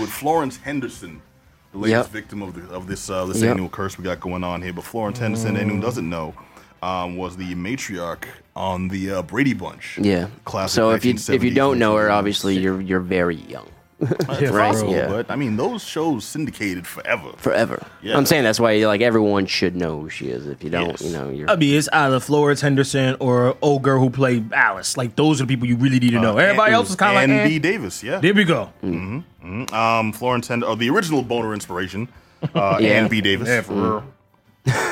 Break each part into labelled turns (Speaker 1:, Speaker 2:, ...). Speaker 1: with Florence Henderson, the latest
Speaker 2: Yep.
Speaker 1: victim of, the, of this uh, this
Speaker 2: Yep. Mm.
Speaker 1: annual curse we got going on here. But Florence Henderson, anyone who doesn't know, um, was the matriarch on the uh, Brady Bunch.
Speaker 2: Yeah.
Speaker 1: Classic
Speaker 2: so if you if you don't know her,
Speaker 1: 1970s.
Speaker 2: obviously you're you're very young,
Speaker 1: That's
Speaker 3: Yeah,
Speaker 2: right?
Speaker 1: possible,
Speaker 2: Yeah.
Speaker 1: But I mean, those shows syndicated forever.
Speaker 2: forever.
Speaker 1: Yeah.
Speaker 2: I'm saying that's why like everyone should know who she is. If you don't,
Speaker 1: Yes.
Speaker 2: you know, you're
Speaker 3: I mean, it's either Florence Henderson or old girl who played Alice. Like those are the people you really need to know. Everybody
Speaker 1: And-
Speaker 3: else is kind of
Speaker 1: and
Speaker 3: like,
Speaker 1: B.
Speaker 3: eh.
Speaker 1: Davis. Yeah.
Speaker 3: there we go.
Speaker 1: Um, Florence Henderson, or the original boner inspiration, uh,
Speaker 2: Yeah.
Speaker 1: and B. Davis.
Speaker 3: Yeah, for real.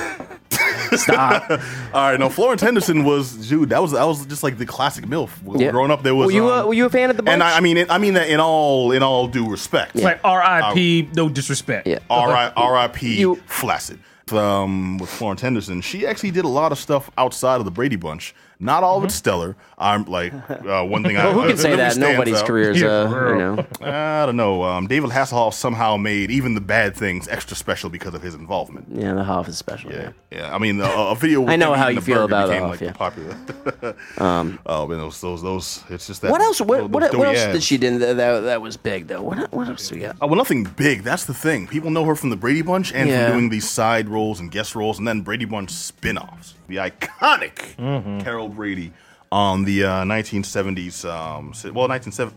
Speaker 2: stop.
Speaker 1: All right, now Florence Henderson was dude. That was that was just like the classic milf.
Speaker 2: Yeah.
Speaker 1: Growing up, there was.
Speaker 2: Were you
Speaker 1: um,
Speaker 2: a, were you a fan of the bunch?
Speaker 1: and I, I mean, it, I mean that in all in all due respect.
Speaker 3: It's like R.I.P. No disrespect.
Speaker 2: Yeah.
Speaker 1: R.I. R.I.P.
Speaker 2: You-
Speaker 1: Flaccid. Um, with Florence Henderson, she actually did a lot of stuff outside of the Brady Bunch. Not all of it's stellar. I'm like uh, one thing. I,
Speaker 2: well, Mm-hmm. who
Speaker 1: uh,
Speaker 2: can say
Speaker 1: really
Speaker 2: that?
Speaker 1: stands
Speaker 2: Nobody's
Speaker 1: out.
Speaker 2: career is,
Speaker 3: Yeah,
Speaker 2: uh,
Speaker 3: for
Speaker 2: you
Speaker 3: real.
Speaker 2: know.
Speaker 1: I don't know. Um, David Hasselhoff somehow made even the bad things extra special because of his involvement.
Speaker 2: Yeah, the Hoff is special.
Speaker 1: Yeah,
Speaker 2: Yeah.
Speaker 1: yeah. I mean, a, a video. With
Speaker 2: I know
Speaker 1: him
Speaker 2: how
Speaker 1: eating
Speaker 2: you
Speaker 1: the
Speaker 2: feel
Speaker 1: burger
Speaker 2: about
Speaker 1: became,
Speaker 2: Off,
Speaker 1: like,
Speaker 2: yeah. Um,
Speaker 1: popular. oh man, those, those, those. It's just that.
Speaker 2: What else? What
Speaker 1: those
Speaker 2: what, what
Speaker 1: doughy
Speaker 2: else
Speaker 1: abs.
Speaker 2: did she do that, that that was big though? What what else we got?
Speaker 1: Oh, well, nothing big. That's the thing. People know her from the Brady Bunch and
Speaker 2: Yeah.
Speaker 1: from doing these side roles and guest roles, and then Brady Bunch spin-offs. The iconic Carol Brady on the uh, 1970s, um, si- well,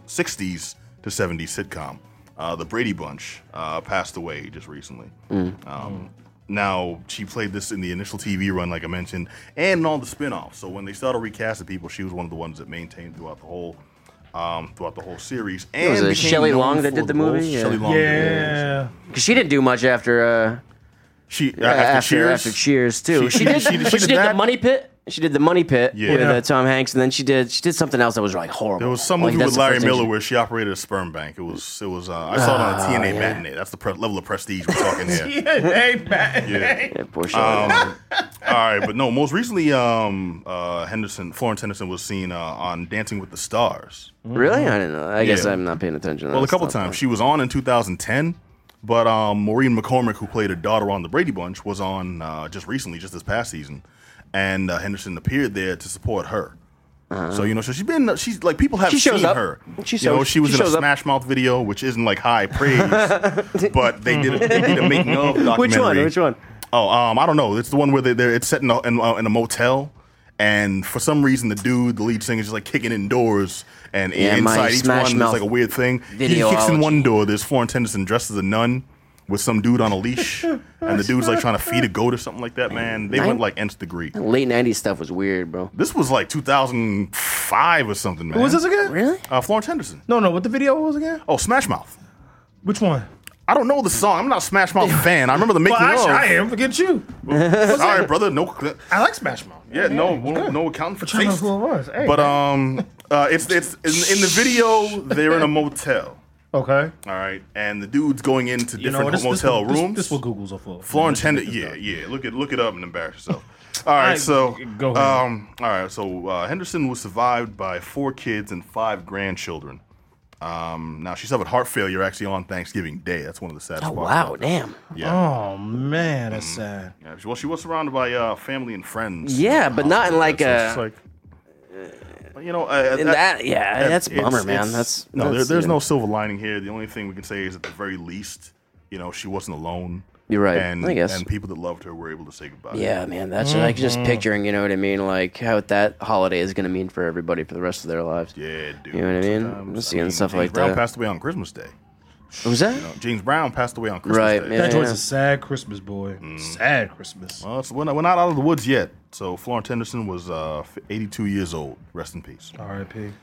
Speaker 1: 1960s to 70s sitcom, uh, The Brady Bunch, uh, passed away just recently. Um, now she played this in the initial TV run, like I mentioned, and in all the spin-offs. So when they started recasting people, she was one of the ones that maintained throughout the whole. Um, throughout the whole series, and
Speaker 2: was it
Speaker 1: became
Speaker 2: Shelley
Speaker 1: known
Speaker 2: Long that
Speaker 1: for
Speaker 2: did the
Speaker 1: roles.
Speaker 2: movie? Yeah.
Speaker 1: Shelley
Speaker 3: Oh,
Speaker 1: Long, did the roles.
Speaker 3: Yeah.
Speaker 1: Mm.
Speaker 2: Because she didn't do much after uh,
Speaker 1: She after,
Speaker 2: after after
Speaker 1: Cheers.
Speaker 2: Cheers, too. She,
Speaker 1: She-
Speaker 2: did
Speaker 1: she-
Speaker 2: she,
Speaker 1: she did
Speaker 2: did the
Speaker 1: that.
Speaker 2: Money Pit. She did the Money Pit
Speaker 1: Yeah.
Speaker 2: with
Speaker 3: Yeah.
Speaker 2: uh, Tom Hanks, and then she did she did something else that was like horrible.
Speaker 1: There was someone who
Speaker 2: Like, Oh, that's
Speaker 1: with
Speaker 2: the
Speaker 1: Larry
Speaker 2: first thing
Speaker 1: Miller
Speaker 2: she-
Speaker 1: where she operated a sperm bank. It was it was uh, I saw it
Speaker 2: Ah,
Speaker 1: on a TNA matinee. That's the pre- level of prestige we're talking here.
Speaker 3: hey, man.
Speaker 1: Yeah.
Speaker 2: Yeah, poor Shelley Long.
Speaker 1: Um, all right, but no. Most recently, um, uh, Henderson Florence Henderson was seen uh, on Dancing with the Stars.
Speaker 2: Really? I don't know. I guess
Speaker 1: Mm-hmm. Yeah.
Speaker 2: I'm not paying attention. to
Speaker 1: Well, a
Speaker 2: that
Speaker 1: couple
Speaker 2: stuff.
Speaker 1: times she was on in 2010, but um, Maureen McCormick, who played her daughter on the Brady Bunch, was on uh, just recently, just this past season, and uh, Henderson appeared there to support her. So you know, so she's been she's like people have
Speaker 2: Uh-huh. She shows
Speaker 1: seen
Speaker 2: up.
Speaker 1: her.
Speaker 2: She
Speaker 1: you know,
Speaker 2: shows-
Speaker 1: she was
Speaker 2: she
Speaker 1: in a
Speaker 2: shows up.
Speaker 1: Smash Mouth video, which isn't like high praise, but they did a, they did a making of documentary.
Speaker 2: Which one? Which one?
Speaker 1: Oh, um, I don't know. It's the one where they, they're it's set in a, in, a, in a motel, and for some reason the dude, the lead singer, is just like kicking in doors, and
Speaker 2: Yeah, my
Speaker 1: inside each
Speaker 2: Smash
Speaker 1: one there's
Speaker 2: Mouth
Speaker 1: like a weird thing. He
Speaker 2: video
Speaker 1: kicks in
Speaker 2: allergy.
Speaker 1: one door. There's Florence Henderson dressed as a nun with some dude on a leash, and the dude's like trying to feed a goat or something like that. Man, they went like nth degree.
Speaker 2: Late '90s stuff was weird, bro.
Speaker 1: This was like 2005 or something, man.
Speaker 3: What was this again?
Speaker 2: Really?
Speaker 1: Uh, Florence Henderson.
Speaker 3: No, no. What the video was again?
Speaker 1: Oh, Smash Mouth.
Speaker 3: Which one?
Speaker 1: I don't know the song. I'm not a Smash Mouth fan. I remember the making
Speaker 3: Well, actually, I
Speaker 1: of.
Speaker 3: am. Forget you.
Speaker 1: Sorry, brother. No.
Speaker 3: I like Smash Mouth.
Speaker 1: Yeah, no, no, no accounting for
Speaker 3: I don't know
Speaker 1: taste.
Speaker 3: who it was. Hey.
Speaker 1: But um, uh, it's it's in, in the video they're in a motel,
Speaker 3: okay.
Speaker 1: all right, and the dude's going into
Speaker 3: You know,
Speaker 1: different
Speaker 3: this, this,
Speaker 1: motel
Speaker 3: what- this-
Speaker 1: rooms.
Speaker 3: This, what Google's are for.
Speaker 1: Florence Henderson, yeah, yeah. Look it look it up and embarrass yourself. All right,
Speaker 3: I-
Speaker 1: so
Speaker 3: go ahead.
Speaker 1: um, all right, so uh, Henderson was survived by four kids and five grandchildren. Um, now she suffered heart failure actually on Thanksgiving Day. That's one of the saddest.
Speaker 2: Oh
Speaker 1: parts
Speaker 2: wow,
Speaker 1: about it.
Speaker 2: damn.
Speaker 1: Yeah.
Speaker 3: Oh man, that's sad.
Speaker 1: yeah. Well, she was surrounded by uh, family and friends.
Speaker 2: Yeah, but not in like
Speaker 1: So it's just
Speaker 2: a
Speaker 1: like, you know, uh,
Speaker 2: in
Speaker 1: that-
Speaker 2: that. Yeah, that's
Speaker 1: It's-
Speaker 2: bummer,
Speaker 1: it's-
Speaker 2: man. That's
Speaker 1: no. there-
Speaker 2: that's,
Speaker 1: there's
Speaker 2: you
Speaker 1: no
Speaker 2: know.
Speaker 1: silver lining here. The only thing we can say is, at the very least, you know, she wasn't alone.
Speaker 2: You're right.
Speaker 1: And,
Speaker 2: I guess.
Speaker 1: And people that loved her were able to say goodbye.
Speaker 2: Yeah, man. That's like
Speaker 1: Mm-hmm.
Speaker 2: just picturing. You know what I mean? Like how that holiday is gonna mean for everybody for the rest of their lives.
Speaker 1: Yeah, dude.
Speaker 2: You know what I mean?
Speaker 1: Sometimes,
Speaker 2: Just seeing stuff
Speaker 1: James
Speaker 2: like
Speaker 1: Brown
Speaker 2: that.
Speaker 1: passed away on Christmas Day.
Speaker 2: What was that?
Speaker 1: You know, James Brown passed away on Christmas
Speaker 2: Right,
Speaker 1: Day.
Speaker 2: yeah.
Speaker 3: That joint's a sad Christmas, boy. Sad Christmas.
Speaker 1: Well, it's, we're, not, we're not out of the woods yet. So Florence Henderson was uh, 82 years old. Rest in peace.
Speaker 3: R.I.P.